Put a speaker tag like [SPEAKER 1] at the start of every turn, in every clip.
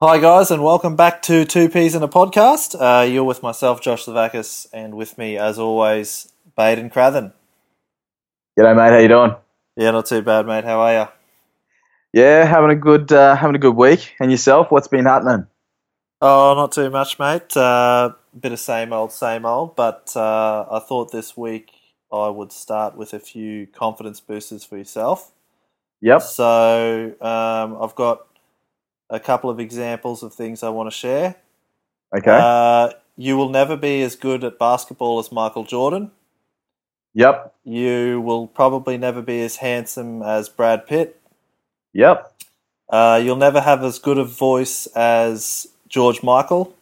[SPEAKER 1] Hi, guys, and welcome back to Two Peas in a Podcast. Uh, you're with myself, Josh Lavakis, and with me, as always, Baden Crathen.
[SPEAKER 2] G'day, mate. How you doing?
[SPEAKER 1] Yeah, not too bad, mate. How are you?
[SPEAKER 2] Yeah, having a good uh, having a good week. And yourself? What's been happening?
[SPEAKER 1] Oh, not too much, mate. Uh, bit of same old, same old. But uh, I thought this week I would start with a few confidence boosters for yourself.
[SPEAKER 2] Yep.
[SPEAKER 1] So um, I've got a couple of examples of things I want to share.
[SPEAKER 2] Okay.
[SPEAKER 1] Uh, you will never be as good at basketball as Michael Jordan.
[SPEAKER 2] yep.
[SPEAKER 1] You will probably never be as handsome as Brad Pitt.
[SPEAKER 2] Yep.
[SPEAKER 1] Uh, you'll never have as good a voice as George Michael.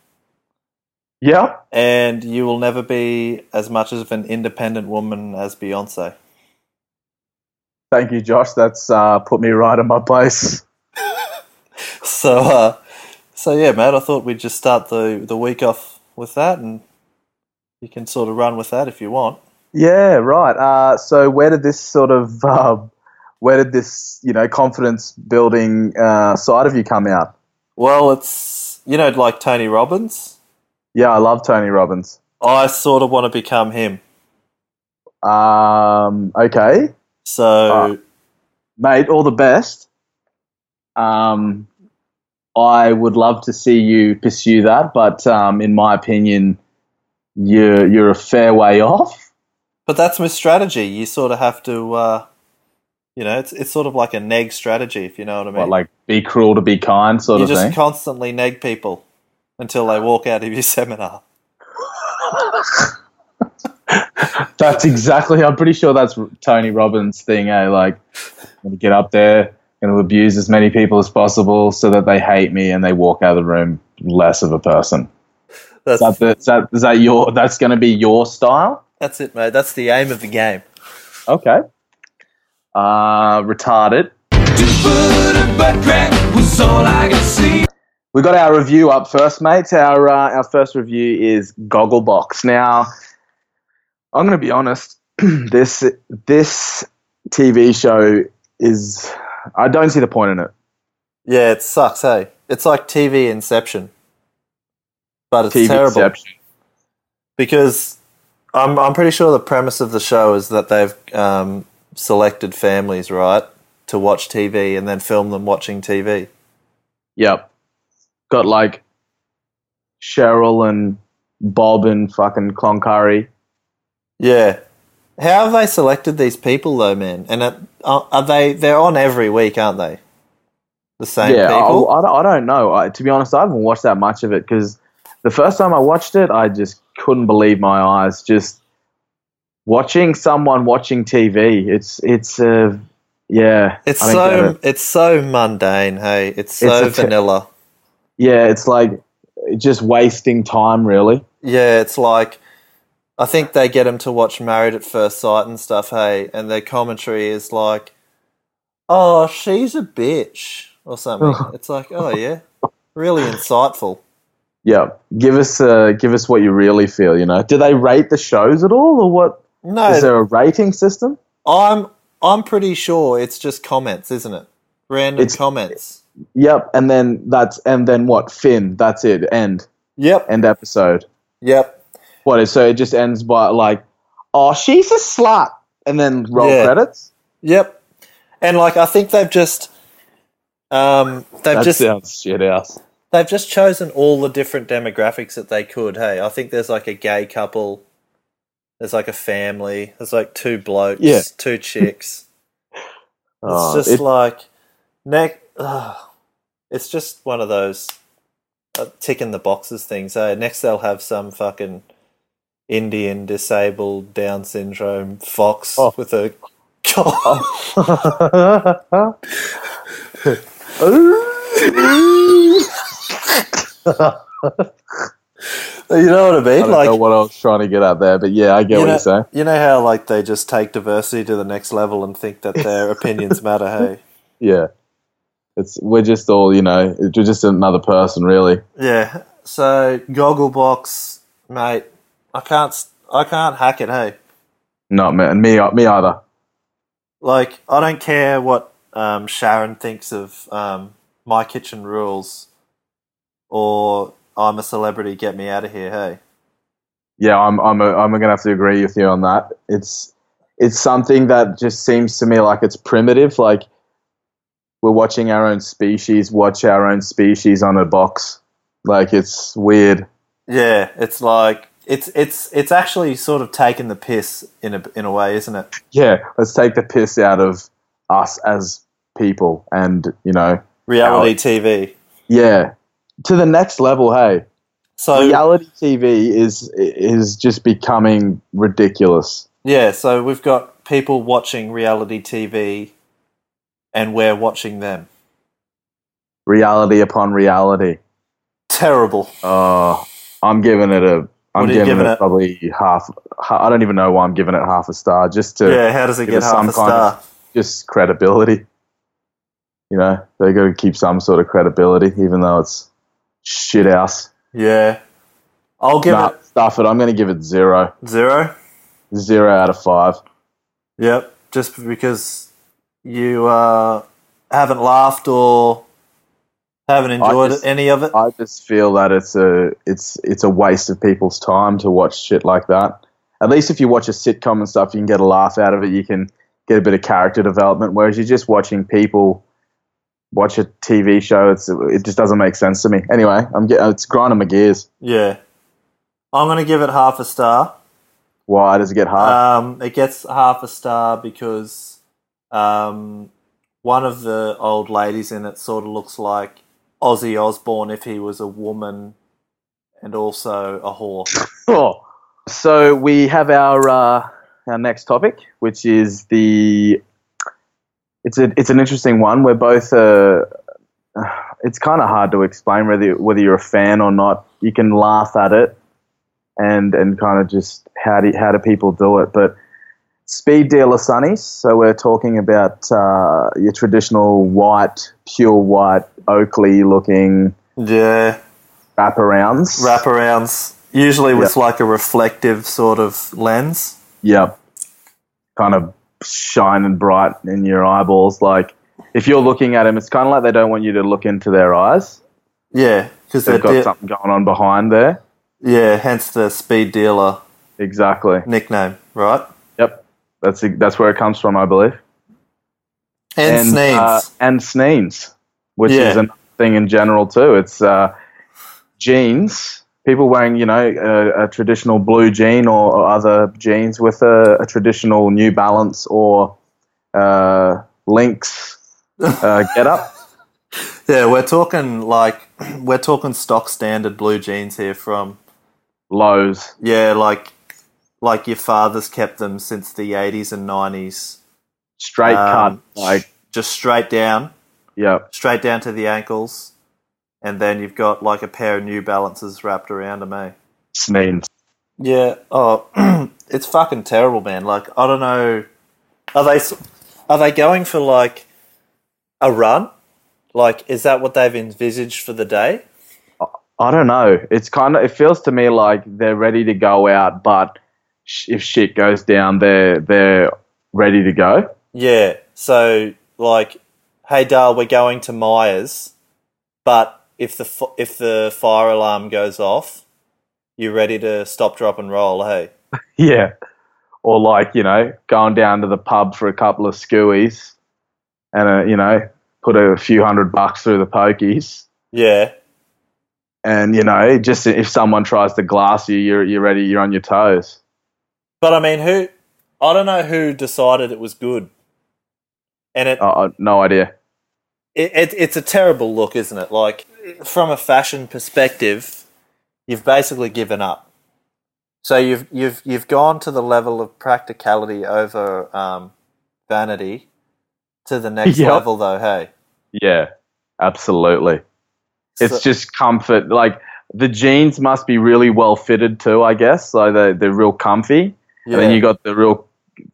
[SPEAKER 2] Yep.
[SPEAKER 1] And you will never be as much of an independent woman as Beyonce.
[SPEAKER 2] Thank you, Josh. That's uh, put me right in my place.
[SPEAKER 1] So, uh, so yeah, mate. I thought we'd just start the the week off with that, and you can sort of run with that if you want.
[SPEAKER 2] Yeah. Right. Uh, so where did this sort of um, where did this you know confidence building uh, side of you come out?
[SPEAKER 1] Well, it's you know like Tony Robbins.
[SPEAKER 2] Yeah, I love Tony Robbins.
[SPEAKER 1] I sort of want to become him.
[SPEAKER 2] Um, okay,
[SPEAKER 1] So
[SPEAKER 2] Ah. mate. All the best. Um, I would love to see you pursue that, but um, in my opinion, you're you're a fair way off.
[SPEAKER 1] But that's my strategy. You sort of have to, uh, you know, it's it's sort of like a neg strategy, if you know what I mean.
[SPEAKER 2] What, like be cruel to be kind, sort
[SPEAKER 1] you
[SPEAKER 2] of
[SPEAKER 1] just
[SPEAKER 2] thing.
[SPEAKER 1] constantly neg people until they walk out of your seminar.
[SPEAKER 2] That's exactly. I'm pretty sure that's Tony Robbins' thing. Eh? Like, I'm gonna get up there, going to abuse as many people as possible so that they hate me and they walk out of the room less of a person.
[SPEAKER 1] That's
[SPEAKER 2] Is that, the, is that, is that your? That's going to be your style.
[SPEAKER 1] that's it, mate. That's the aim of the game.
[SPEAKER 2] Okay. Uh, retarded. We got our review up first, mate. Our uh, our first review is Gogglebox. Now, I'm going to be honest. this this TV show is. I don't see the point in it.
[SPEAKER 1] Yeah, it sucks, hey. It's like TV Inception, but it's
[SPEAKER 2] TV
[SPEAKER 1] terrible
[SPEAKER 2] Inception.
[SPEAKER 1] because I'm I'm pretty sure the premise of the show is that they've um, selected families right to watch TV and then film them watching TV.
[SPEAKER 2] Yep. Got like Cheryl and Bob and fucking Cloncurry.
[SPEAKER 1] Yeah. How have they selected these people though, man? And are, are they they're on every week, aren't they? The same
[SPEAKER 2] yeah, I-
[SPEAKER 1] people.
[SPEAKER 2] I, don't- I don't know. I, to be honest, I haven't watched that much of it because the first time I watched it, I just couldn't believe my eyes. Just watching someone watching TV. It's it's uh, yeah.
[SPEAKER 1] it's
[SPEAKER 2] I don't get
[SPEAKER 1] so
[SPEAKER 2] it.
[SPEAKER 1] it's so mundane. Hey, it's so
[SPEAKER 2] It's a te-
[SPEAKER 1] vanilla.
[SPEAKER 2] yeah. It's like just wasting time, really.
[SPEAKER 1] yeah, it's like I think they get them to watch Married at First Sight and stuff. Hey, and their commentary is like, "Oh, she's a bitch" or something. it's like, "Oh yeah, really insightful."
[SPEAKER 2] Yeah, give us uh, give us what you really feel. You know, do they rate the shows at all, or what?
[SPEAKER 1] No,
[SPEAKER 2] Is there a rating system?
[SPEAKER 1] I'm I'm pretty sure it's just comments, isn't it? Random
[SPEAKER 2] It's-
[SPEAKER 1] comments.
[SPEAKER 2] Yep, and then that's and then what? Finn. That's it. End.
[SPEAKER 1] Yep.
[SPEAKER 2] End episode.
[SPEAKER 1] Yep.
[SPEAKER 2] What is so it just ends by like, oh, she's a slut, and then roll
[SPEAKER 1] Yeah.
[SPEAKER 2] credits.
[SPEAKER 1] Yep. And like I think they've just um they've
[SPEAKER 2] That
[SPEAKER 1] just
[SPEAKER 2] sounds shit house.
[SPEAKER 1] they've just chosen all the different demographics that they could. Hey, I think there's like a gay couple, there's like a family, there's like two blokes,
[SPEAKER 2] Yeah.
[SPEAKER 1] two chicks.
[SPEAKER 2] Oh,
[SPEAKER 1] it's just
[SPEAKER 2] it-
[SPEAKER 1] like neck. ugh. it's just one of those uh, ticking the boxes things. Hey, next they'll have some fucking Indian disabled Down syndrome fox
[SPEAKER 2] Oh.
[SPEAKER 1] with a. you know what I
[SPEAKER 2] I
[SPEAKER 1] mean?
[SPEAKER 2] don't
[SPEAKER 1] like
[SPEAKER 2] know what I was trying to get at there, but yeah, I get
[SPEAKER 1] you
[SPEAKER 2] what
[SPEAKER 1] know,
[SPEAKER 2] you're saying.
[SPEAKER 1] you know how like they just take diversity to the next level and think that their opinions matter. Hey,
[SPEAKER 2] Yeah, it's we're just all you know, we're just another person, really.
[SPEAKER 1] yeah. So Gogglebox, mate, I can't s- I can't hack it. Hey,
[SPEAKER 2] Not me, me, me either.
[SPEAKER 1] like I don't care what um, Sharon thinks of um, my kitchen rules. or I'm a celebrity, get me out of here, hey.
[SPEAKER 2] Yeah, I'm I'm a, I'm gonna have to agree with you on that. It's it's something that just seems to me like it's primitive. Like we're watching our own species watch our own species on a box. Like it's weird.
[SPEAKER 1] Yeah, it's like it's it's it's actually sort of taken the piss in a in a way, isn't it?
[SPEAKER 2] Yeah, let's take the piss out of us as people, and you know,
[SPEAKER 1] Reality TV.
[SPEAKER 2] yeah, to the next level. Hey,
[SPEAKER 1] So
[SPEAKER 2] reality TV is is just becoming ridiculous.
[SPEAKER 1] yeah, so we've got people watching reality TV, and we're watching them.
[SPEAKER 2] Reality upon reality.
[SPEAKER 1] Terrible.
[SPEAKER 2] Uh, I'm giving it a. I'm
[SPEAKER 1] What are you
[SPEAKER 2] giving,
[SPEAKER 1] giving
[SPEAKER 2] it,
[SPEAKER 1] it?
[SPEAKER 2] probably half, ha I don't even know why I'm giving it half a star. Just to
[SPEAKER 1] yeah, how does it
[SPEAKER 2] give
[SPEAKER 1] get
[SPEAKER 2] us
[SPEAKER 1] half
[SPEAKER 2] some
[SPEAKER 1] a
[SPEAKER 2] kind
[SPEAKER 1] star?
[SPEAKER 2] of- just credibility. You know, they got to keep some sort of credibility, even though it's shit house.
[SPEAKER 1] yeah, I'll give
[SPEAKER 2] Nah, stuff it. I'm going to give it zero.
[SPEAKER 1] it zero.
[SPEAKER 2] Zero out of five.
[SPEAKER 1] Yep, just because you uh, haven't laughed or haven't enjoyed
[SPEAKER 2] just-
[SPEAKER 1] any of it.
[SPEAKER 2] I just feel that it's a it's it's a waste of people's time to watch shit like that. At least if you watch a sitcom and stuff, you can get a laugh out of it. You can get a bit of character development. Whereas you're just watching people watch a TV show. It's it just doesn't make sense to me. Anyway, I'm get, it's grinding my gears.
[SPEAKER 1] yeah, I'm gonna give it half a star.
[SPEAKER 2] Why does it get hard?
[SPEAKER 1] Um, it gets half a star because um, one of the old ladies in it sort of looks like Ozzy Osbourne if he was a woman and also a whore.
[SPEAKER 2] Cool. So we have our uh, our next topic, which is the it's a, it's an interesting one. We're both uh, it's kind of hard to explain whether whether you're a fan or not. You can laugh at it and and kind of just how do how do people do it, but. Speed dealer sunnies. So we're talking about uh, your traditional white, pure white, Oakley looking
[SPEAKER 1] Yeah,
[SPEAKER 2] wraparounds.
[SPEAKER 1] wraparounds. Usually with like a reflective sort of lens.
[SPEAKER 2] yeah, kind of shining bright in your eyeballs. Like if you're looking at them, it's kind of like they don't want you to look into their eyes.
[SPEAKER 1] Yeah, because
[SPEAKER 2] They've got something going on behind there.
[SPEAKER 1] Yeah, hence the speed dealer
[SPEAKER 2] Exactly.
[SPEAKER 1] nickname, right?
[SPEAKER 2] Yep. That's that's where it comes from, I believe.
[SPEAKER 1] And, Sneeds.
[SPEAKER 2] uh, and sneans, which
[SPEAKER 1] Yeah.
[SPEAKER 2] is another thing in general too. It's uh, jeans. People wearing, you know, a, a traditional blue jean or, or other jeans with a, a traditional New Balance or uh, Lynx uh, get up.
[SPEAKER 1] yeah, we're talking like we're talking stock standard blue jeans here from
[SPEAKER 2] Lows.
[SPEAKER 1] yeah, like like your father's kept them since the eighties and nineties.
[SPEAKER 2] straight
[SPEAKER 1] Um,
[SPEAKER 2] cut, like
[SPEAKER 1] Just straight down,
[SPEAKER 2] yeah,
[SPEAKER 1] straight down to the ankles, and then you've got like a pair of New Balances wrapped around them, eh?
[SPEAKER 2] sneans.
[SPEAKER 1] Yeah. Oh, it's fucking terrible, man. Like I don't know. Are they s- are they going for like a run? Like is that what they've envisaged for the day?
[SPEAKER 2] I don't know. It's kind of it feels to me like they're ready to go out, but sh- if shit goes down, they're they're ready to go.
[SPEAKER 1] Yeah. So like, hey, Dal, we're going to Myers, but if the f- if the fire alarm goes off, you're ready to stop, drop, and roll. Hey.
[SPEAKER 2] Yeah, or like you know, going down to the pub for a couple of skewies, and uh, you know, put a few hundred bucks through the pokies.
[SPEAKER 1] Yeah.
[SPEAKER 2] And you know, just if someone tries to glass you, you're you're ready. You're on your toes.
[SPEAKER 1] But I mean, who? I don't know who decided it was good. And it,
[SPEAKER 2] Uh, no idea.
[SPEAKER 1] it, it it's a terrible look, isn't it? Like from a fashion perspective, you've basically given up. So you've you've you've gone to the level of practicality over um, vanity to the next
[SPEAKER 2] Yeah.
[SPEAKER 1] level, though. Hey,
[SPEAKER 2] Yeah, absolutely.
[SPEAKER 1] So-
[SPEAKER 2] it's just comfort. Like the jeans must be really well fitted too, I guess. So they're, they're real comfy. And then
[SPEAKER 1] yeah.
[SPEAKER 2] you got the real,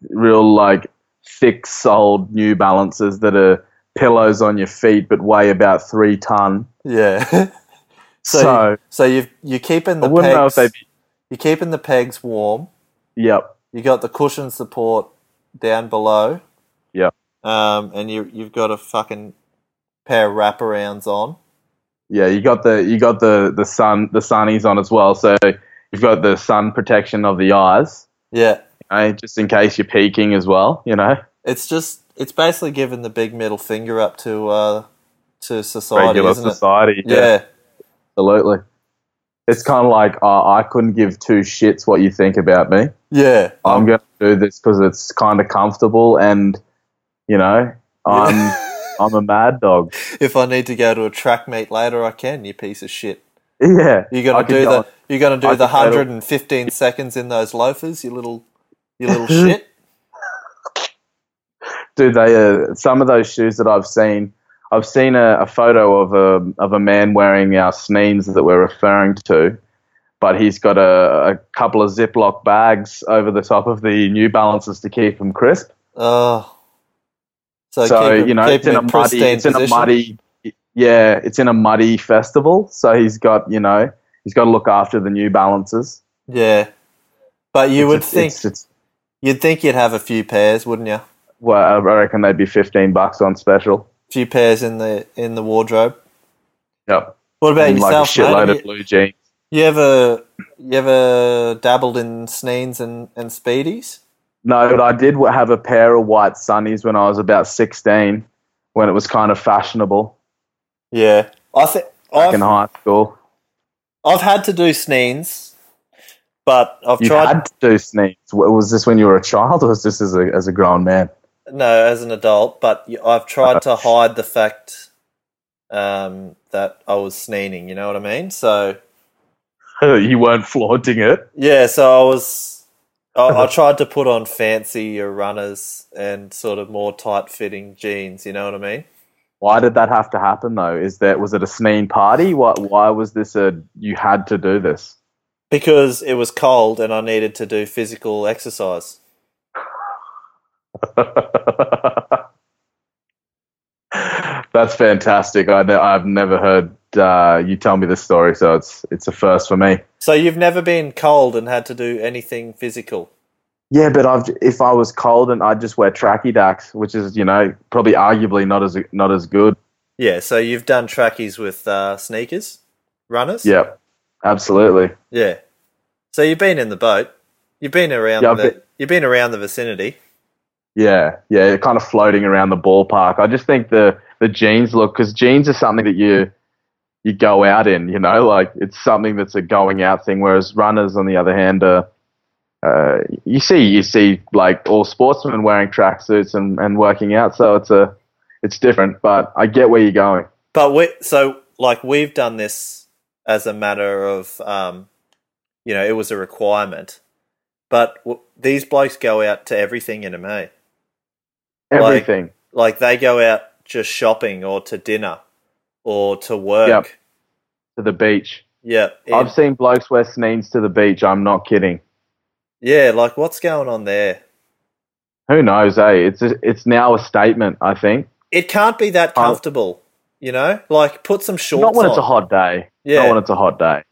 [SPEAKER 2] real like thick soled New Balances that are pillows on your feet but weigh about three ton.
[SPEAKER 1] yeah. so
[SPEAKER 2] So,
[SPEAKER 1] you- so you've you're keeping
[SPEAKER 2] I
[SPEAKER 1] the
[SPEAKER 2] wouldn't know if
[SPEAKER 1] pegs
[SPEAKER 2] they'd be.
[SPEAKER 1] you're keeping the pegs warm.
[SPEAKER 2] Yep.
[SPEAKER 1] You got the cushion support down below.
[SPEAKER 2] Yeah.
[SPEAKER 1] Um, and you you've got a fucking pair of wraparounds on.
[SPEAKER 2] yeah, you got the you got the the sun the sunnies on as well, so you've got the sun protection of the eyes,
[SPEAKER 1] Yeah.
[SPEAKER 2] you know, just in case you're peeking as well. You know,
[SPEAKER 1] It's just it's basically giving the big middle finger up to uh to society,
[SPEAKER 2] regular
[SPEAKER 1] isn't
[SPEAKER 2] society.
[SPEAKER 1] it? Yeah.
[SPEAKER 2] absolutely. It's kind of like oh, I couldn't give two shits what you think about me.
[SPEAKER 1] Yeah. Um,
[SPEAKER 2] I'm going to do this because it's kind of comfortable, and you know, I'm I'm a mad dog.
[SPEAKER 1] if I need to go to a track meet later, I can. You piece of shit.
[SPEAKER 2] Yeah,
[SPEAKER 1] You're
[SPEAKER 2] I
[SPEAKER 1] gonna
[SPEAKER 2] could
[SPEAKER 1] do
[SPEAKER 2] go
[SPEAKER 1] the
[SPEAKER 2] on-
[SPEAKER 1] you're gonna
[SPEAKER 2] I
[SPEAKER 1] do
[SPEAKER 2] could
[SPEAKER 1] the
[SPEAKER 2] go to-
[SPEAKER 1] hundred and fifteen seconds in those loafers. You little you little shit.
[SPEAKER 2] Dude, they uh, some of those shoes that I've seen. I've seen a, a photo of a of a man wearing our sneans that we're referring to, but he's got a, a couple of Ziploc bags over the top of the New Balances to keep them crisp.
[SPEAKER 1] Oh. So,
[SPEAKER 2] so
[SPEAKER 1] keep it-
[SPEAKER 2] you know,
[SPEAKER 1] keep
[SPEAKER 2] it's in
[SPEAKER 1] it
[SPEAKER 2] a muddy,
[SPEAKER 1] pristine
[SPEAKER 2] it's in a
[SPEAKER 1] position.
[SPEAKER 2] muddy, yeah, it's in a muddy festival. So he's got you know, he's got to look after the New Balances.
[SPEAKER 1] Yeah. But you
[SPEAKER 2] It's
[SPEAKER 1] would
[SPEAKER 2] just-
[SPEAKER 1] think
[SPEAKER 2] it's, it's,
[SPEAKER 1] you'd think you'd have a few pairs, wouldn't you? A
[SPEAKER 2] well, I reckon they'd be fifteen bucks on special.
[SPEAKER 1] few pairs in the in the wardrobe.
[SPEAKER 2] Yep,
[SPEAKER 1] What about
[SPEAKER 2] and like a
[SPEAKER 1] yourself, mate?
[SPEAKER 2] shitload
[SPEAKER 1] Have
[SPEAKER 2] of
[SPEAKER 1] you,
[SPEAKER 2] blue jeans.
[SPEAKER 1] you ever you ever dabbled in sneans and, and speedies?
[SPEAKER 2] No, but I did have a pair of white sunnies when I was about sixteen, when it was kind of fashionable
[SPEAKER 1] Yeah. I think
[SPEAKER 2] back in
[SPEAKER 1] I've,
[SPEAKER 2] high school.
[SPEAKER 1] I've had to do sneans, but I've
[SPEAKER 2] You
[SPEAKER 1] tried
[SPEAKER 2] had to do sneaks. W- Was this when you were a child, or was this as a as a grown man?
[SPEAKER 1] No, as an adult, but y- I've tried to hide the fact um, that I was sneaning. You know what I mean? So
[SPEAKER 2] you weren't flaunting it.
[SPEAKER 1] yeah, so I was. I, I tried to put on fancier runners and sort of more tight-fitting jeans. You know what I mean?
[SPEAKER 2] Why did that have to happen though? Is that was it a sneen party? Why, why was this a you had to do this?
[SPEAKER 1] Because it was cold and I needed to do physical exercise.
[SPEAKER 2] That's fantastic. I, ne- I've never heard uh, you tell me this story, so it's it's a first for me.
[SPEAKER 1] So you've never been cold and had to do anything physical.
[SPEAKER 2] Yeah, but I've, if I was cold and I'd just wear tracky dacks, which is you know probably arguably not as not as good.
[SPEAKER 1] Yeah, so you've done trackies with uh, sneakers, runners.
[SPEAKER 2] Yep, absolutely.
[SPEAKER 1] Yeah. So you've been in the boat. You've been around
[SPEAKER 2] Yeah, I've
[SPEAKER 1] the you've been around the vicinity.
[SPEAKER 2] Yeah, yeah, kind of floating around the ballpark. I just think the the jeans look because jeans are something that you you go out in, you know, like it's something that's a going out thing. Whereas runners, on the other hand, are uh, you see you see like all sportsmen wearing tracksuits and and working out, so it's a it's different. But I get where you're going.
[SPEAKER 1] But we so like we've done this as a matter of um you know, it was a requirement. But w- these blokes go out to everything in a mate. Like-
[SPEAKER 2] Everything.
[SPEAKER 1] Like they go out just shopping or to dinner or to work.
[SPEAKER 2] to the beach.
[SPEAKER 1] Yeah. in-
[SPEAKER 2] I've seen blokes wear sneans to the beach. I'm not kidding.
[SPEAKER 1] yeah, like what's going on there?
[SPEAKER 2] Who knows, eh? It's a, it's now a statement. I think
[SPEAKER 1] It can't be that
[SPEAKER 2] Oh.
[SPEAKER 1] comfortable, you know? Like put some shorts
[SPEAKER 2] not when
[SPEAKER 1] on.
[SPEAKER 2] it's a hot day.
[SPEAKER 1] Yeah.
[SPEAKER 2] Not when it's a hot day.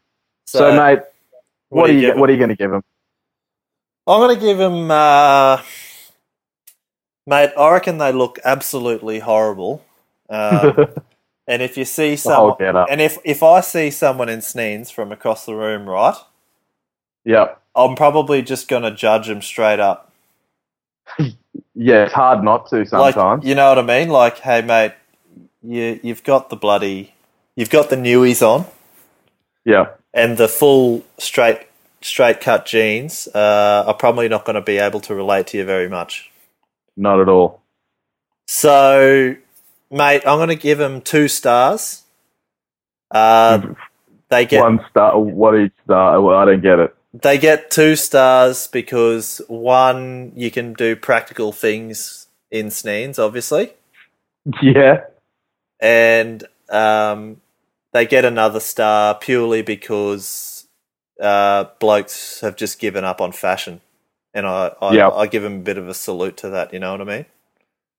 [SPEAKER 2] So, mate, what, are you
[SPEAKER 1] give
[SPEAKER 2] what are you going to give him?
[SPEAKER 1] I'm gonna give him, uh, mate. I reckon they look absolutely horrible. Um, and if you see someone,
[SPEAKER 2] whole getup.
[SPEAKER 1] and if if I see someone in sneans from across the room, right,
[SPEAKER 2] Yep.
[SPEAKER 1] I'm probably just gonna judge them straight up.
[SPEAKER 2] Yeah, it's hard not to sometimes.
[SPEAKER 1] Like, you know what I mean? Like, hey, mate, you you've got the bloody, you've got the newies on
[SPEAKER 2] yeah.
[SPEAKER 1] and the full straight straight cut jeans. Uh, are probably not gonna be able to relate to you very much.
[SPEAKER 2] Not at all.
[SPEAKER 1] So, mate, I'm going to give them two stars. Uh, they get
[SPEAKER 2] One star, what each star? Well, I don't get it.
[SPEAKER 1] they get two stars because one you can do practical things in Sneens, obviously,
[SPEAKER 2] Yeah.
[SPEAKER 1] and um, they get another star purely because uh, blokes have just given up on fashion, and I I,
[SPEAKER 2] Yep.
[SPEAKER 1] I give them a bit of a salute to that. You know what I mean?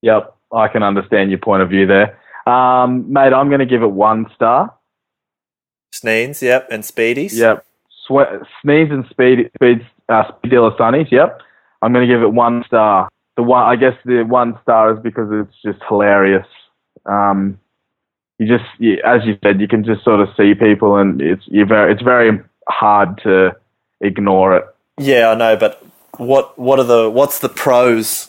[SPEAKER 2] Yep. I can understand your point of view there. Um, mate, I'm going to give it one star.
[SPEAKER 1] Sneens, yep, and Speedies,
[SPEAKER 2] Yep. Swe- sneeze and speed, speed, uh, speed dealer sunnies. Yep. I'm going to give it one star. The one, I guess the one star is because it's just hilarious. Um, you just you, as you said, you can just sort of see people, and it's you very it's very hard to ignore it.
[SPEAKER 1] Yeah, I know, but what what are the what's the pros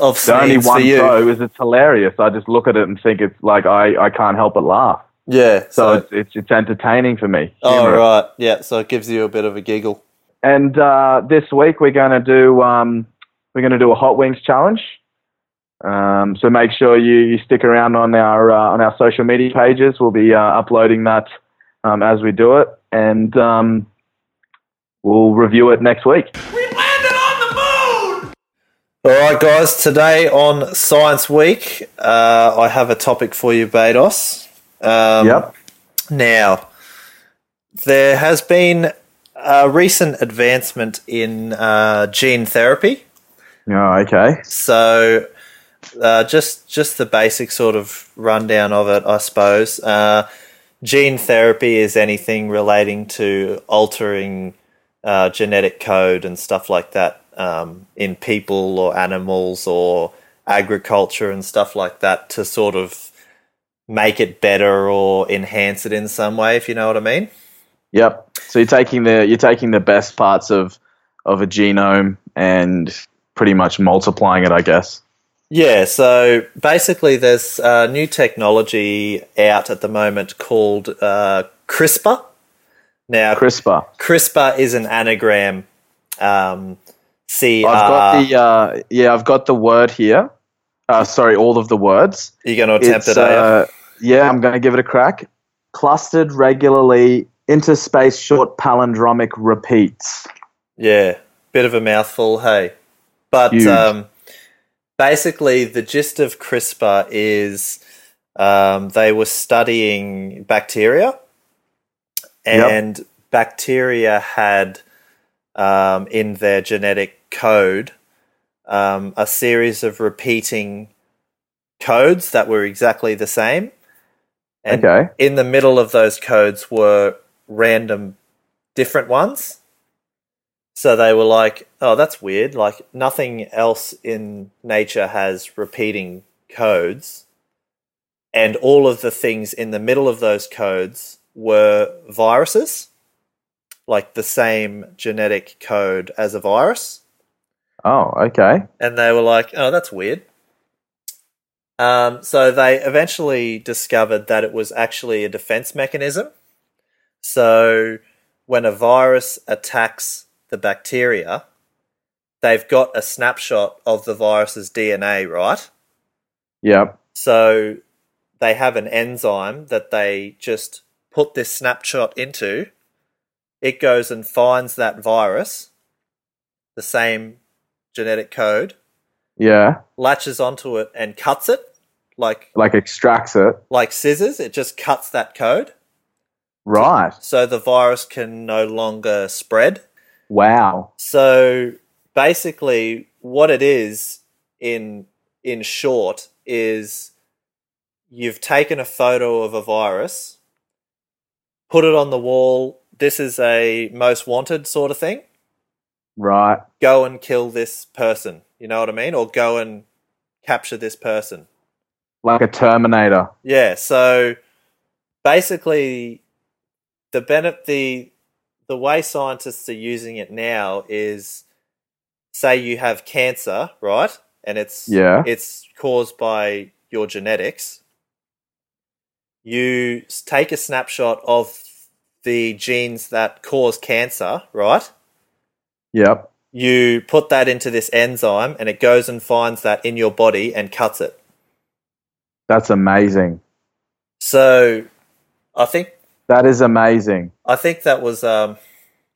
[SPEAKER 1] of
[SPEAKER 2] The only
[SPEAKER 1] sneeze for
[SPEAKER 2] one
[SPEAKER 1] you?
[SPEAKER 2] pro is it's hilarious. I just look at it and think it's like I, I can't help but laugh.
[SPEAKER 1] Yeah,
[SPEAKER 2] So
[SPEAKER 1] so,
[SPEAKER 2] it's, it's it's entertaining for me.
[SPEAKER 1] oh
[SPEAKER 2] humorous.
[SPEAKER 1] right, yeah, so it gives you a bit of a giggle.
[SPEAKER 2] And uh, this week we're going to do um, we're going to do a hot wings challenge. Um, so make sure you, you stick around on our uh, on our social media pages. We'll be uh, uploading that um, as we do it, and um, we'll review it next week.
[SPEAKER 1] All right, guys. Today on Science Week, uh, I have a topic for you, Bados. Um,
[SPEAKER 2] yep.
[SPEAKER 1] Now, there has been a recent advancement in uh, gene therapy.
[SPEAKER 2] Oh, okay.
[SPEAKER 1] So, uh, just just the basic sort of rundown of it, I suppose. Uh, gene therapy is anything relating to altering uh, genetic code and stuff like that um, in people or animals or agriculture and stuff like that to sort of make it better or enhance it in some way, if you know what I mean.
[SPEAKER 2] Yep. So you're taking the you're taking the best parts of of a genome and pretty much multiplying it, I guess.
[SPEAKER 1] Yeah, so basically, there's uh, new technology out at the moment called uh, CRISPR. Now,
[SPEAKER 2] CRISPR.
[SPEAKER 1] CRISPR is an anagram. Um, C
[SPEAKER 2] I've
[SPEAKER 1] R.
[SPEAKER 2] got the uh, yeah, I've got the word here. Uh, sorry, all of the words.
[SPEAKER 1] You're going to attempt
[SPEAKER 2] It's,
[SPEAKER 1] it, are you?
[SPEAKER 2] uh, yeah, I'm going to give it a crack. Clustered regularly interspaced short palindromic repeats.
[SPEAKER 1] Yeah, bit of a mouthful, hey. But
[SPEAKER 2] Huge.
[SPEAKER 1] um, basically, the gist of CRISPR is um, they were studying bacteria,
[SPEAKER 2] Yep.
[SPEAKER 1] and bacteria had um, in their genetic code um, a series of repeating codes that were exactly the same. And
[SPEAKER 2] Okay.
[SPEAKER 1] in the middle of those codes were random different ones. So they were like, oh, that's weird. Like, nothing else in nature has repeating codes. And all of the things in the middle of those codes were viruses, like the same genetic code as a virus.
[SPEAKER 2] Oh, okay.
[SPEAKER 1] And they were like, oh, that's weird. Um, so they eventually discovered that it was actually a defense mechanism. So when a virus attacks the bacteria, they've got a snapshot of the virus's DNA, right?
[SPEAKER 2] Yep.
[SPEAKER 1] So they have an enzyme that they just put this snapshot into. It goes and finds that virus, the same genetic code,
[SPEAKER 2] Yeah.
[SPEAKER 1] latches onto it and cuts it like
[SPEAKER 2] Like extracts it.
[SPEAKER 1] like scissors it just cuts that code
[SPEAKER 2] Right.
[SPEAKER 1] so the virus can no longer spread
[SPEAKER 2] Wow.
[SPEAKER 1] so basically what it is in in short is you've taken a photo of a virus put it on the wall this is a most wanted sort of thing
[SPEAKER 2] Right.
[SPEAKER 1] go and kill this person you know what i mean or go and capture this person
[SPEAKER 2] Like a Terminator.
[SPEAKER 1] Yeah, so basically the benefit the the way scientists are using it now is say you have cancer, right? And it's
[SPEAKER 2] Yeah.
[SPEAKER 1] it's caused by your genetics. You s- take a snapshot of the genes that cause cancer, right?
[SPEAKER 2] Yep.
[SPEAKER 1] You put that into this enzyme and it goes and finds that in your body and cuts it.
[SPEAKER 2] That's amazing.
[SPEAKER 1] So I think
[SPEAKER 2] That is amazing.
[SPEAKER 1] I think that was. Um,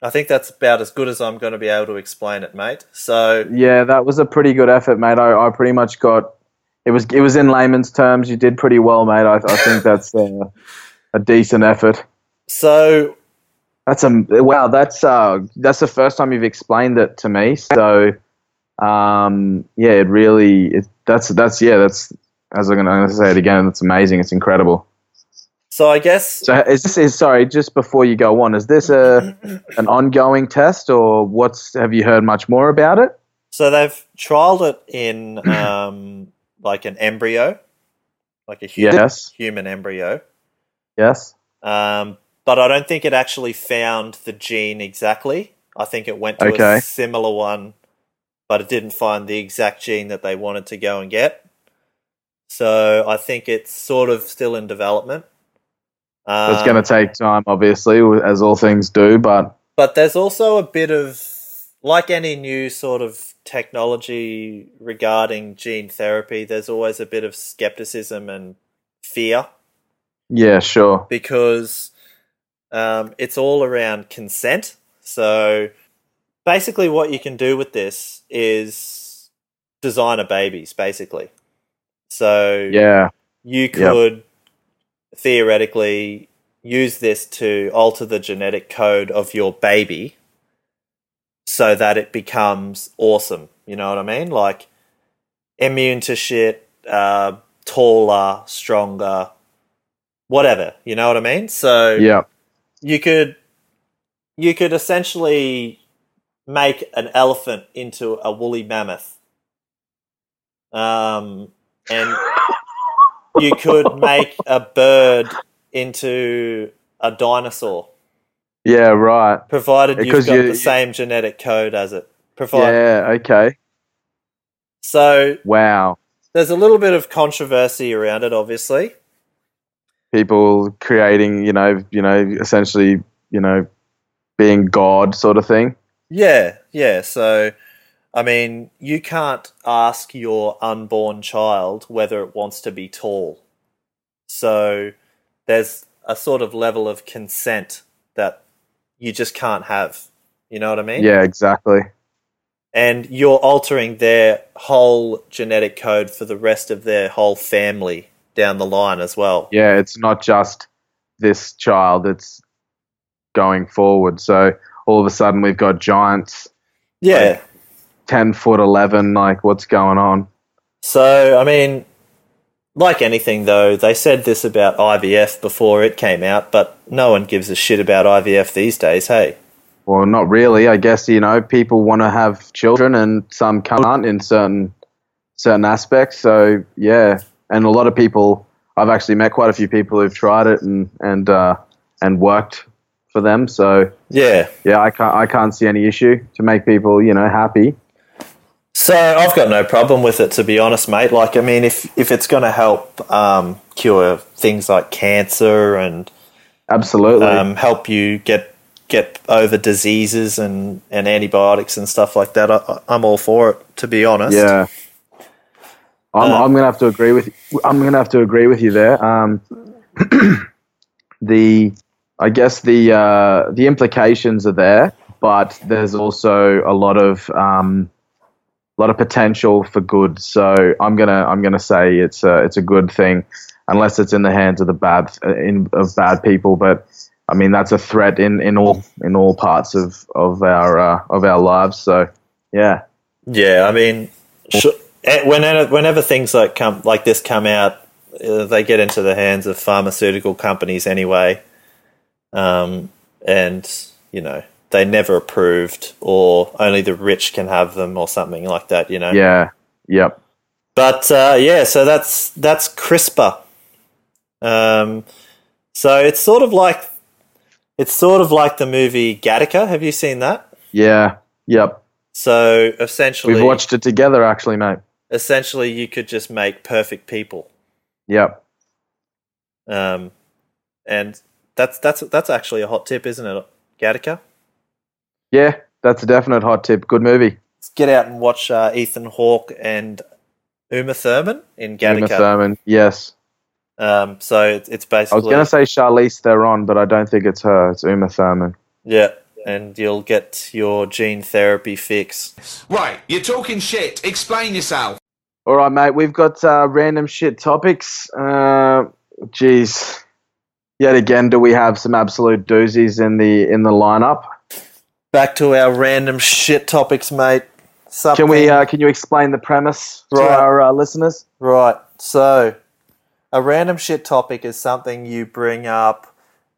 [SPEAKER 1] I think that's about as good as I'm going to be able to explain it, mate. So
[SPEAKER 2] Yeah, that was a pretty good effort, mate. I, I pretty much got it was it was in layman's terms. You did pretty well, mate. I, I think that's uh, a decent effort.
[SPEAKER 1] so
[SPEAKER 2] That's a wow. That's uh that's the first time you've explained it to me. So, um, yeah, it really it, that's that's yeah that's as I'm gonna, I'm gonna say it again. That's amazing. It's incredible.
[SPEAKER 1] so I guess
[SPEAKER 2] So is this is sorry just before you go on? Is this a an ongoing test or what's have you heard much more about it?
[SPEAKER 1] so they've trialed it in um, like an embryo, like a human,
[SPEAKER 2] Yes.
[SPEAKER 1] human embryo.
[SPEAKER 2] Yes.
[SPEAKER 1] Um, but I don't think it actually found the gene exactly. I think it went to
[SPEAKER 2] Okay.
[SPEAKER 1] a similar one, but it didn't find the exact gene that they wanted to go and get. So I think it's sort of still in development. Um,
[SPEAKER 2] It's going to take time, obviously, as all things do, but
[SPEAKER 1] but there's also a bit of like any new sort of technology regarding gene therapy there's always a bit of skepticism and fear
[SPEAKER 2] yeah, sure.
[SPEAKER 1] because um, it's all around consent so basically what you can do with this is designer babies basically so
[SPEAKER 2] Yeah.
[SPEAKER 1] you could theoretically use this to alter the genetic code of your baby so that it becomes awesome. You know what I mean? Like immune to shit, uh, taller, stronger, whatever. You know what I mean? So
[SPEAKER 2] Yeah.
[SPEAKER 1] you could you could essentially make an elephant into a woolly mammoth um and you could make a bird into a dinosaur
[SPEAKER 2] Yeah, right.
[SPEAKER 1] provided you've
[SPEAKER 2] Because
[SPEAKER 1] got
[SPEAKER 2] you-
[SPEAKER 1] the
[SPEAKER 2] you-
[SPEAKER 1] same genetic code as it provided
[SPEAKER 2] Yeah, okay.
[SPEAKER 1] so
[SPEAKER 2] Wow.
[SPEAKER 1] there's a little bit of controversy around it obviously
[SPEAKER 2] People creating, you know, you know, essentially, you know, being God sort of thing.
[SPEAKER 1] Yeah, yeah. So, I mean, you can't ask your unborn child whether it wants to be tall. So, there's a sort of level of consent that you just can't have. You know what I mean?
[SPEAKER 2] Yeah, exactly.
[SPEAKER 1] And you're altering their whole genetic code for the rest of their whole family down the line as well.
[SPEAKER 2] Yeah, it's not just this child, it's going forward. So all of a sudden we've got giants
[SPEAKER 1] Yeah.
[SPEAKER 2] 10 foot 11 like what's going on
[SPEAKER 1] So, I mean, like anything though, they said this about IVF before it came out, but no one gives a shit about IVF these days, hey?
[SPEAKER 2] well not really i guess you know people want to have children and some can't in certain certain aspects so yeah and a lot of people i've actually met quite a few people who've tried it and and uh, and worked for them so
[SPEAKER 1] Yeah.
[SPEAKER 2] yeah i can't i can't see any issue to make people you know happy
[SPEAKER 1] So, I've got no problem with it to be honest, mate. Like, I mean, if if it's going to help um, cure things like cancer and
[SPEAKER 2] absolutely
[SPEAKER 1] um, help you get get over diseases and, and antibiotics and stuff like that, I- I, I'm all for it to be honest.
[SPEAKER 2] Yeah. I'm,
[SPEAKER 1] Uh,
[SPEAKER 2] I'm gonna have to agree with I'm gonna have to agree with you there. Um, the I guess the uh, the implications are there, but there's also a lot of um, lot of potential for good. So I'm gonna I'm gonna say it's a it's a good thing, unless it's in the hands of the bad in of bad people. But I mean that's a threat in, in all in all parts of of our uh, of our lives. So yeah,
[SPEAKER 1] Yeah, I mean, sh- eh, whenever whenever things like come like this come out, uh, they get into the hands of pharmaceutical companies anyway, um, and you know they never approved, or only the rich can have them, or something like that. You know.
[SPEAKER 2] yeah, yep.
[SPEAKER 1] But uh, yeah, so that's that's CRISPR. Um, so it's sort of like it's sort of like the movie Gattaca. Have you seen that?
[SPEAKER 2] Yeah. Yep.
[SPEAKER 1] So essentially,
[SPEAKER 2] We've watched it together, actually, mate.
[SPEAKER 1] essentially you could just make perfect people
[SPEAKER 2] Yep.
[SPEAKER 1] um, and that's that's that's actually a hot tip isn't it Gattaca
[SPEAKER 2] Yeah, that's a definite hot tip. Good movie.
[SPEAKER 1] get out and watch uh, Ethan Hawke and Uma Thurman in
[SPEAKER 2] Uma
[SPEAKER 1] Gattaca
[SPEAKER 2] Thurman. Yes.
[SPEAKER 1] um, so it's, it's
[SPEAKER 2] I was
[SPEAKER 1] basically
[SPEAKER 2] going to say Charlize Theron, but I don't think it's her. It's Uma Thurman.
[SPEAKER 1] yeah and you'll get your gene therapy fix
[SPEAKER 3] Right, you're talking shit. Explain yourself.
[SPEAKER 2] All right, mate. We've got uh, random shit topics. Uh, Jeez. Yet again, do we have some absolute doozies in the in the lineup?
[SPEAKER 1] back to our random shit topics mate
[SPEAKER 2] Can we?
[SPEAKER 1] Something-
[SPEAKER 2] Uh, can you explain the premise to
[SPEAKER 1] Right.
[SPEAKER 2] our uh, listeners?
[SPEAKER 1] Right. So, a random shit topic is something you bring up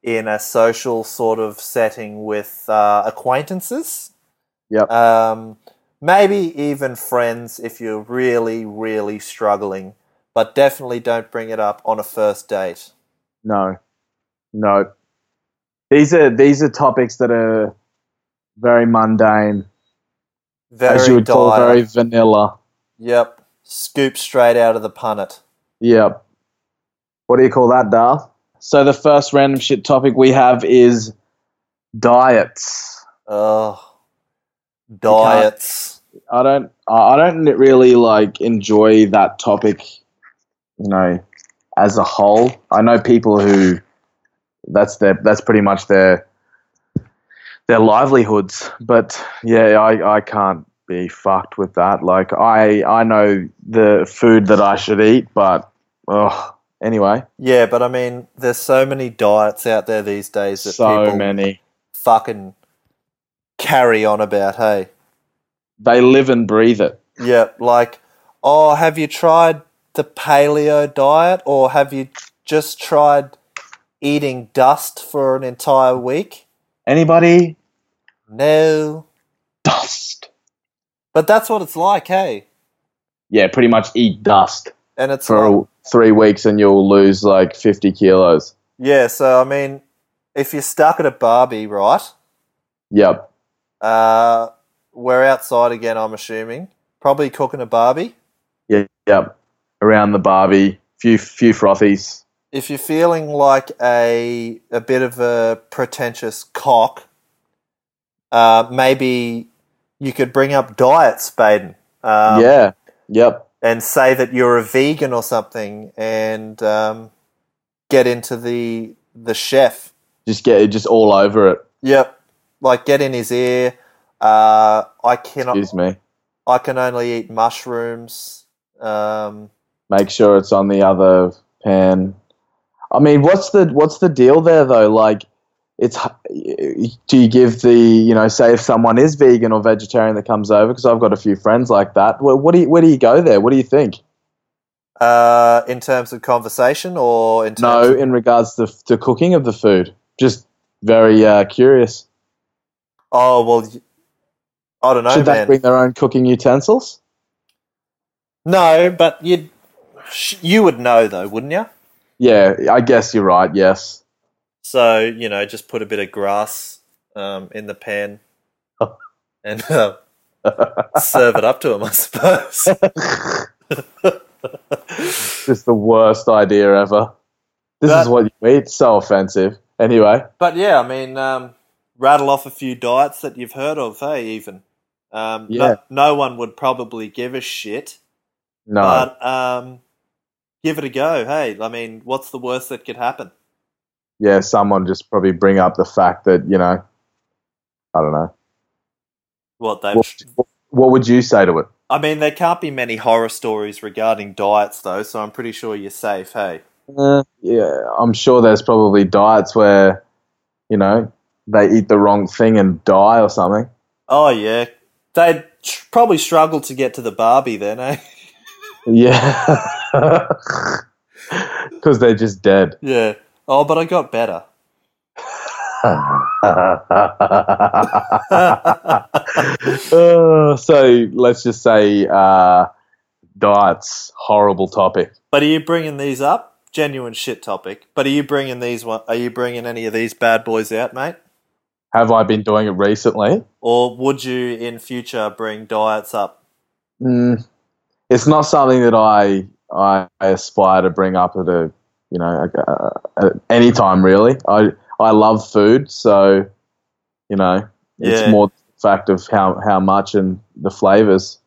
[SPEAKER 1] in a social sort of setting with uh, acquaintances.
[SPEAKER 2] Yep.
[SPEAKER 1] Um, maybe even friends if you're really, really struggling. but definitely don't bring it up on a first date.
[SPEAKER 2] No, no. These are these are topics that are very mundane,
[SPEAKER 1] Very
[SPEAKER 2] as you would call
[SPEAKER 1] dire.
[SPEAKER 2] very vanilla.
[SPEAKER 1] Yep. Scoop straight out of the punnet.
[SPEAKER 2] Yep. What do you call that, Dar? So the first random shit topic we have is diets.
[SPEAKER 1] Oh, diets.
[SPEAKER 2] I don't I I don't really like enjoy that topic, you know, as a whole. I know people who that's their that's pretty much their their livelihoods. But yeah, I, I can't be fucked with that. Like I I know the food that I should eat, but oh anyway.
[SPEAKER 1] Yeah, but I mean, there's so many diets out there these days that
[SPEAKER 2] So
[SPEAKER 1] people
[SPEAKER 2] many.
[SPEAKER 1] fucking carry on about. Hey,
[SPEAKER 2] They live and breathe it.
[SPEAKER 1] yeah, like, oh, have you tried the paleo diet, or have you just tried eating dust for an entire week?
[SPEAKER 2] Anybody?
[SPEAKER 1] No,
[SPEAKER 2] Dust.
[SPEAKER 1] but that's what it's like. Hey,
[SPEAKER 2] Yeah, pretty much eat dust
[SPEAKER 1] and it's
[SPEAKER 2] for
[SPEAKER 1] like-
[SPEAKER 2] three weeks and you'll lose like 50 kilos.
[SPEAKER 1] yeah. So I mean, if you're stuck at a Barbie, right?
[SPEAKER 2] Yep.
[SPEAKER 1] Uh, we're outside again, I'm assuming. Probably cooking a barbie.
[SPEAKER 2] Yep. Yep. Around the Barbie, few few frothies.
[SPEAKER 1] If you're feeling like a a bit of a pretentious cock, uh, maybe you could bring up diets, Baden, um,
[SPEAKER 2] yeah. Yep.
[SPEAKER 1] and say that you're a vegan or something, and um, get into the the chef.
[SPEAKER 2] Just get just all over it.
[SPEAKER 1] Yep, like get in his ear. Uh, I cannot.
[SPEAKER 2] Excuse me.
[SPEAKER 1] I can only eat mushrooms. Um,
[SPEAKER 2] Make sure it's on the other pan. I mean, what's the what's the deal there though? Like, it's h- do you give the you know say if someone is vegan or vegetarian that comes over because I've got a few friends like that. What, what do you, where do you go there? What do you think?
[SPEAKER 1] Uh, in terms of conversation or in terms
[SPEAKER 2] No, in regards to to cooking of the food, just very uh, curious.
[SPEAKER 1] oh well y- I don't know
[SPEAKER 2] Should they
[SPEAKER 1] man
[SPEAKER 2] bring their own cooking utensils?
[SPEAKER 1] no but you'd sh- you would know though wouldn't you
[SPEAKER 2] Yeah, I guess you're right. Yes.
[SPEAKER 1] so you know just put a bit of grass um, in the pan and uh, serve it up to him I suppose
[SPEAKER 2] Just the worst idea ever. This
[SPEAKER 1] That-
[SPEAKER 2] is what you eat. So offensive. Anyway,
[SPEAKER 1] but yeah I mean um, rattle off a few diets that you've heard of hey even um,
[SPEAKER 2] Yeah.
[SPEAKER 1] no, no one would probably give a shit
[SPEAKER 2] no.
[SPEAKER 1] but um, give it a go hey I mean what's the worst that could happen
[SPEAKER 2] yeah, someone just probably bring up the fact that, you know, I don't know.
[SPEAKER 1] What they've.
[SPEAKER 2] What, what would you say to it?
[SPEAKER 1] I mean, there can't be many horror stories regarding diets, though, so I'm pretty sure you're safe, hey? Uh,
[SPEAKER 2] yeah, I'm sure there's probably diets where, you know, they eat the wrong thing and die or something.
[SPEAKER 1] Oh, yeah. They'd tr- probably struggle to get to the Barbie then, eh?
[SPEAKER 2] Yeah. Because they're just dead.
[SPEAKER 1] yeah. Oh, but I got better.
[SPEAKER 2] Uh, so let's just say uh, diets, horrible topic.
[SPEAKER 1] But are you bringing these up? Genuine shit topic. But are you bringing these one? Are you bringing any of these bad boys out, mate?
[SPEAKER 2] Have I been doing it recently?
[SPEAKER 1] Or would you in future bring diets up?
[SPEAKER 2] Mm, it's not something that I I aspire to bring up at a you know like, uh, at any time really. I I love food, so you know it's
[SPEAKER 1] Yeah.
[SPEAKER 2] more the fact of how how much and the flavors.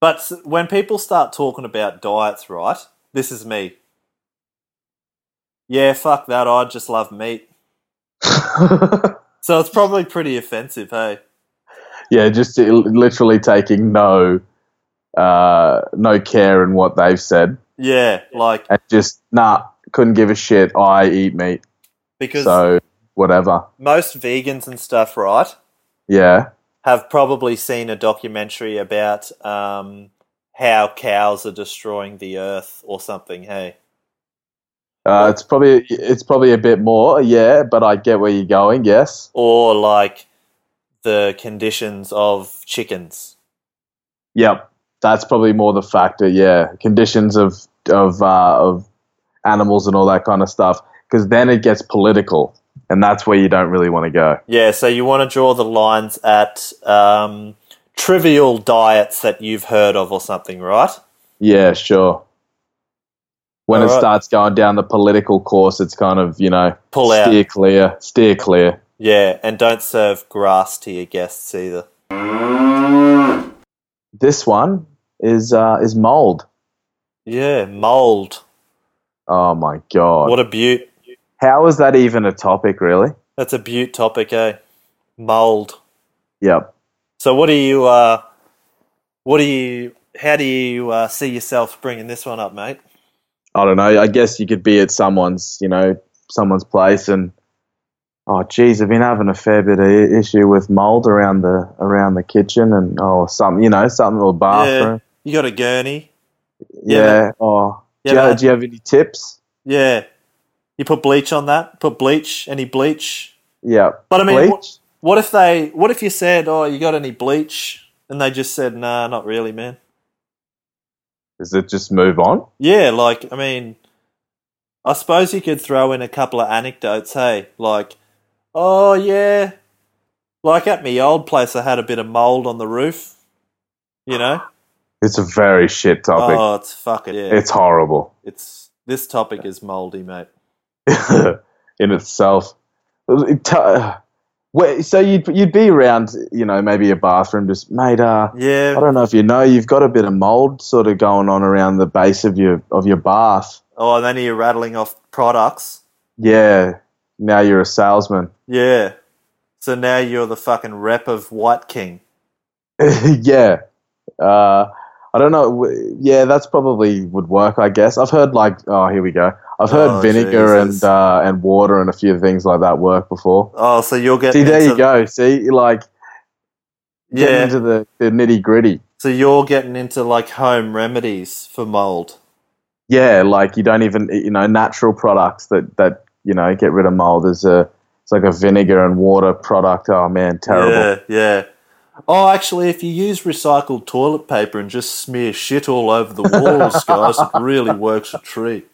[SPEAKER 1] But s- when people start talking about diets, right? This is me. Yeah, fuck that. I just love meat. So it's probably pretty offensive, hey?
[SPEAKER 2] yeah, just i- literally taking no uh, no care in what they've said
[SPEAKER 1] Yeah, like
[SPEAKER 2] and just nah couldn't give a shit. I eat meat,
[SPEAKER 1] because
[SPEAKER 2] so whatever.
[SPEAKER 1] most vegans and stuff, right,
[SPEAKER 2] Yeah,
[SPEAKER 1] have probably seen a documentary about um, how cows are destroying the earth or something, hey?
[SPEAKER 2] uh, it's probably it's probably a bit more. Yeah, but I get where you're going. Yes.
[SPEAKER 1] Or like the conditions of chickens.
[SPEAKER 2] Yep. That's probably more the factor. Yeah, conditions of of uh, of animals and all that kind of stuff because then it gets political, and that's where you don't really want to go.
[SPEAKER 1] Yeah, so you want to draw the lines at um, trivial diets that you've heard of or something, right?
[SPEAKER 2] Yeah, sure. When it
[SPEAKER 1] Alright.
[SPEAKER 2] starts going down the political course, it's kind of you know
[SPEAKER 1] Pull out.
[SPEAKER 2] steer clear, steer clear.
[SPEAKER 1] Yeah, and don't serve grass to your guests either.
[SPEAKER 2] This one is uh, is mold.
[SPEAKER 1] Yeah, mold.
[SPEAKER 2] Oh my god!
[SPEAKER 1] What a beaut.
[SPEAKER 2] How is that even a topic, really?
[SPEAKER 1] That's a beaut topic, eh? Mold.
[SPEAKER 2] Yep.
[SPEAKER 1] So what do you uh what do you how do you uh, see yourself bringing this one up, mate?
[SPEAKER 2] I don't know. I guess you could be at someone's, you know, someone's place, and oh, geez, I've been having a fair bit of i- issue with mold around the around the kitchen, and oh, something, you know, something or bathroom.
[SPEAKER 1] You got a gurney?
[SPEAKER 2] Yeah.
[SPEAKER 1] Yeah,
[SPEAKER 2] Oh,
[SPEAKER 1] Yeah,
[SPEAKER 2] do, you,
[SPEAKER 1] man.
[SPEAKER 2] do you have any tips?
[SPEAKER 1] Yeah. You put bleach on that? Put bleach, any bleach?
[SPEAKER 2] Yeah.
[SPEAKER 1] But I mean,
[SPEAKER 2] bleach.
[SPEAKER 1] what- What if they? What if you said, "Oh, you got any bleach?" And they just said, "Nah, not really, man."
[SPEAKER 2] Does it just move on?
[SPEAKER 1] Yeah, like I mean, I suppose you could throw in a couple of anecdotes. Hey, like, oh yeah, like at my old place, I had a bit of mold on the roof. You know?
[SPEAKER 2] It's a very shit topic.
[SPEAKER 1] Oh, it's fucking yeah.
[SPEAKER 2] It's horrible
[SPEAKER 1] It's this topic is moldy, mate.
[SPEAKER 2] in itself. It t- uh, Wait, so you'd you'd be around, you know, maybe a bathroom, just mate. Uh, I
[SPEAKER 1] Yeah.
[SPEAKER 2] don't know if you know, you've got a bit of mold sort of going on around the base of your of your bath.
[SPEAKER 1] Oh, and then you're rattling off products.
[SPEAKER 2] Yeah, now you're a salesman.
[SPEAKER 1] Yeah. So now you're the fucking rep of White King.
[SPEAKER 2] yeah, uh, I don't know. w- Yeah, that's probably would work, I guess. I've heard like, oh, here we go. I've heard
[SPEAKER 1] Oh,
[SPEAKER 2] vinegar
[SPEAKER 1] Jesus.
[SPEAKER 2] and uh, and water and a few things like that work before.
[SPEAKER 1] Oh, so you'll get
[SPEAKER 2] See, there
[SPEAKER 1] into-
[SPEAKER 2] you go. See, like getting
[SPEAKER 1] Yeah.
[SPEAKER 2] into the, the nitty gritty.
[SPEAKER 1] So you're getting into like home remedies for mold.
[SPEAKER 2] Yeah, like you don't even you know natural products that that you know get rid of mold. There's a it's like a vinegar and water product. Oh man, terrible.
[SPEAKER 1] Yeah, yeah. Oh, actually, if you use recycled toilet paper and just smear shit all over the walls, guys, it really works a treat.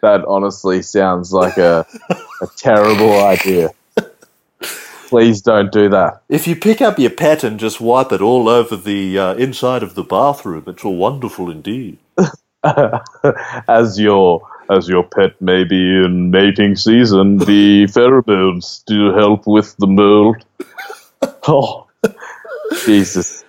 [SPEAKER 2] That honestly sounds like a a terrible idea. Please don't do that.
[SPEAKER 1] If you pick up your pet and just wipe it all over the uh, inside of the bathroom, it's all wonderful indeed.
[SPEAKER 2] as your as your pet may be in mating season, the pheromones do help with the mold. Oh, Jesus,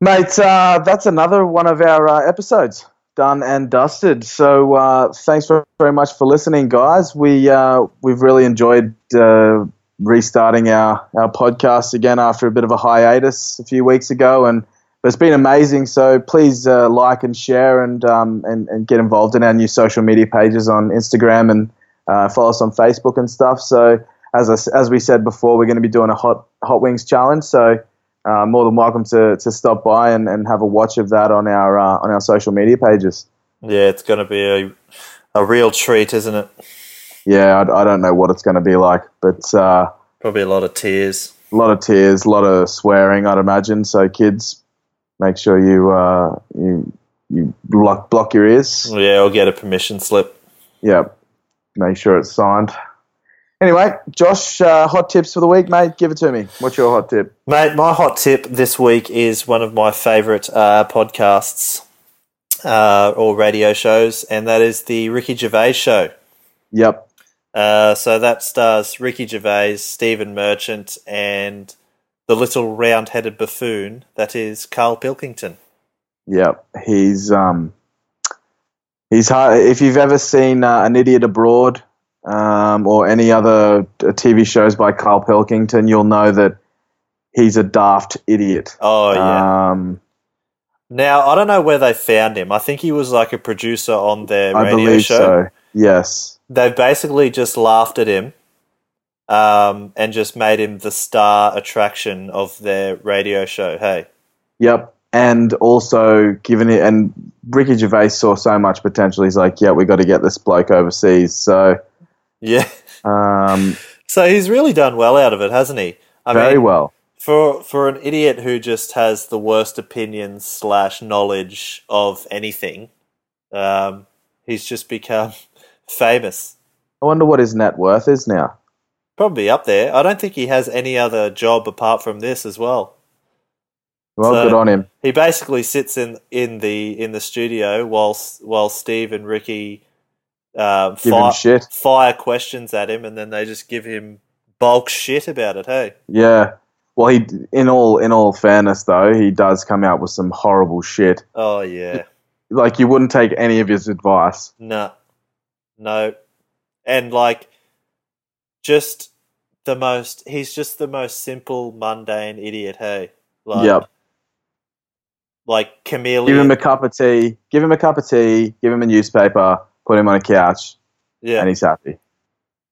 [SPEAKER 2] mate! Uh, that's another one of our uh, episodes done and dusted. So uh, thanks very, very much for listening, guys. We uh, we've really enjoyed. Uh, restarting our, our podcast again after a bit of a hiatus a few weeks ago and but it's been amazing. So please uh, like and share and, um, and and get involved in our new social media pages on Instagram and uh, follow us on Facebook and stuff. So as I s as we said before, we're going to be doing a hot hot wings challenge. So uh, more than welcome to, to stop by and, and have a watch of that on our uh, on our social media pages.
[SPEAKER 1] Yeah, it's going to be a, a real treat, isn't it?
[SPEAKER 2] Yeah, I, I don't know what it's going to be like, but uh,
[SPEAKER 1] Probably a lot of tears.
[SPEAKER 2] a lot of tears, a lot of swearing, I'd imagine. So kids, make sure you uh, you you block block your ears.
[SPEAKER 1] Yeah, I'll get a permission slip.
[SPEAKER 2] Yeah, make sure it's signed. Anyway, Josh, uh, hot tips for the week, mate. Give it to me. What's your hot tip?
[SPEAKER 1] Mate, my hot tip this week is one of my favourite uh, podcasts uh, or radio shows, and that is the Ricky Gervais Show.
[SPEAKER 2] Yep.
[SPEAKER 1] Uh, so that stars Ricky Gervais, Stephen Merchant, and the little round-headed buffoon that is Carl Pilkington.
[SPEAKER 2] Yep. He's um, he's hard. If you've ever seen uh, An Idiot Abroad um, or any other uh, TV shows by Carl Pilkington, you'll know that he's a daft idiot.
[SPEAKER 1] Oh yeah.
[SPEAKER 2] Um,
[SPEAKER 1] now I don't know where they found him. I think he was like a producer on their
[SPEAKER 2] I
[SPEAKER 1] radio
[SPEAKER 2] believe
[SPEAKER 1] show.
[SPEAKER 2] so. Yes.
[SPEAKER 1] they've basically just laughed at him um, and just made him the star attraction of their radio show. Hey,
[SPEAKER 2] Yep. And also, given it, and Ricky Gervais saw so much potential, he's like, yeah, we got to get this bloke overseas. So,
[SPEAKER 1] yeah.
[SPEAKER 2] um,
[SPEAKER 1] So he's really done well out of it, hasn't he? I
[SPEAKER 2] very
[SPEAKER 1] mean,
[SPEAKER 2] well.
[SPEAKER 1] for for an idiot who just has the worst opinions slash knowledge of anything, Um, he's just become famous.
[SPEAKER 2] I wonder what his net worth is now.
[SPEAKER 1] Probably up there. I don't think he has any other job apart from this as well.
[SPEAKER 2] Well,
[SPEAKER 1] So-
[SPEAKER 2] good on him.
[SPEAKER 1] He basically sits in, in the in the studio whilst while Steve and Ricky um,
[SPEAKER 2] Give
[SPEAKER 1] fi-
[SPEAKER 2] him shit.
[SPEAKER 1] fire questions at him, and then they just give him bulk shit about it. Hey,
[SPEAKER 2] Yeah. Well, he in all in all fairness though, he does come out with some horrible shit.
[SPEAKER 1] oh yeah,
[SPEAKER 2] Like you wouldn't take any of his advice.
[SPEAKER 1] no, no, and like just the most. He's just the most simple, mundane idiot. Hey, like
[SPEAKER 2] Yep.
[SPEAKER 1] like chameleon.
[SPEAKER 2] Give him a cup of tea. Give him a cup of tea. Give him a newspaper. Put him on a couch,
[SPEAKER 1] yeah,
[SPEAKER 2] and he's happy.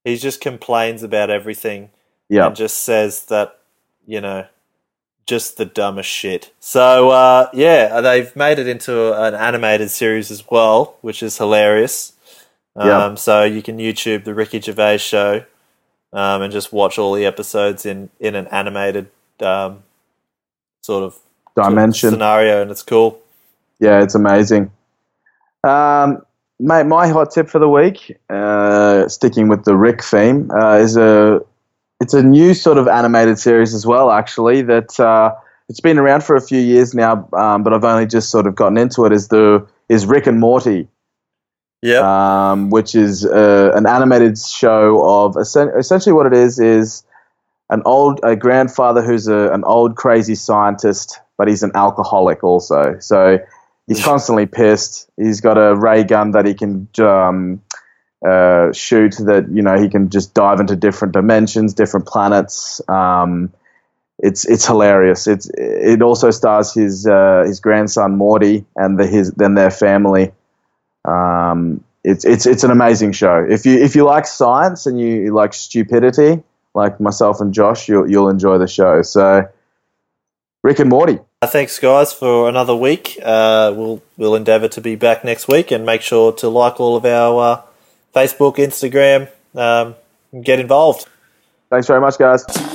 [SPEAKER 1] he just complains about everything.
[SPEAKER 2] Yeah.
[SPEAKER 1] and just says that you know just the dumbest shit so uh, yeah they've made it into an animated series as well which is hilarious um,
[SPEAKER 2] Yeah.
[SPEAKER 1] so you can youtube the ricky gervais show um, and just watch all the episodes in in an animated um, sort of
[SPEAKER 2] Dimension.
[SPEAKER 1] scenario and it's cool
[SPEAKER 2] Yeah, it's amazing. Um, mate, my hot tip for the week, uh, sticking with the Rick theme, uh, is a it's a new sort of animated series as well. Actually, that uh, it's been around for a few years now, um, but I've only just sort of gotten into it. Is the is Rick and Morty,
[SPEAKER 1] yeah
[SPEAKER 2] um, which is uh, an animated show of essen- essentially what it is is an old a grandfather who's a, an old crazy scientist, but he's an alcoholic also. So he's constantly pissed. He's got a ray gun that he can um, uh, shoot. That you know he can just dive into different dimensions, different planets. Um, it's it's hilarious. It's it also stars his uh, his grandson Morty and the, his then their family. Um, it's it's it's an amazing show. If you if you like science and you, you like stupidity, like myself and Josh, you'll you'll enjoy the show. So, Rick and Morty.
[SPEAKER 1] Uh, thanks guys for another week uh, we'll we'll endeavor to be back next week and make sure to like all of our uh, facebook instagram um, and get involved
[SPEAKER 2] Thanks very much, guys.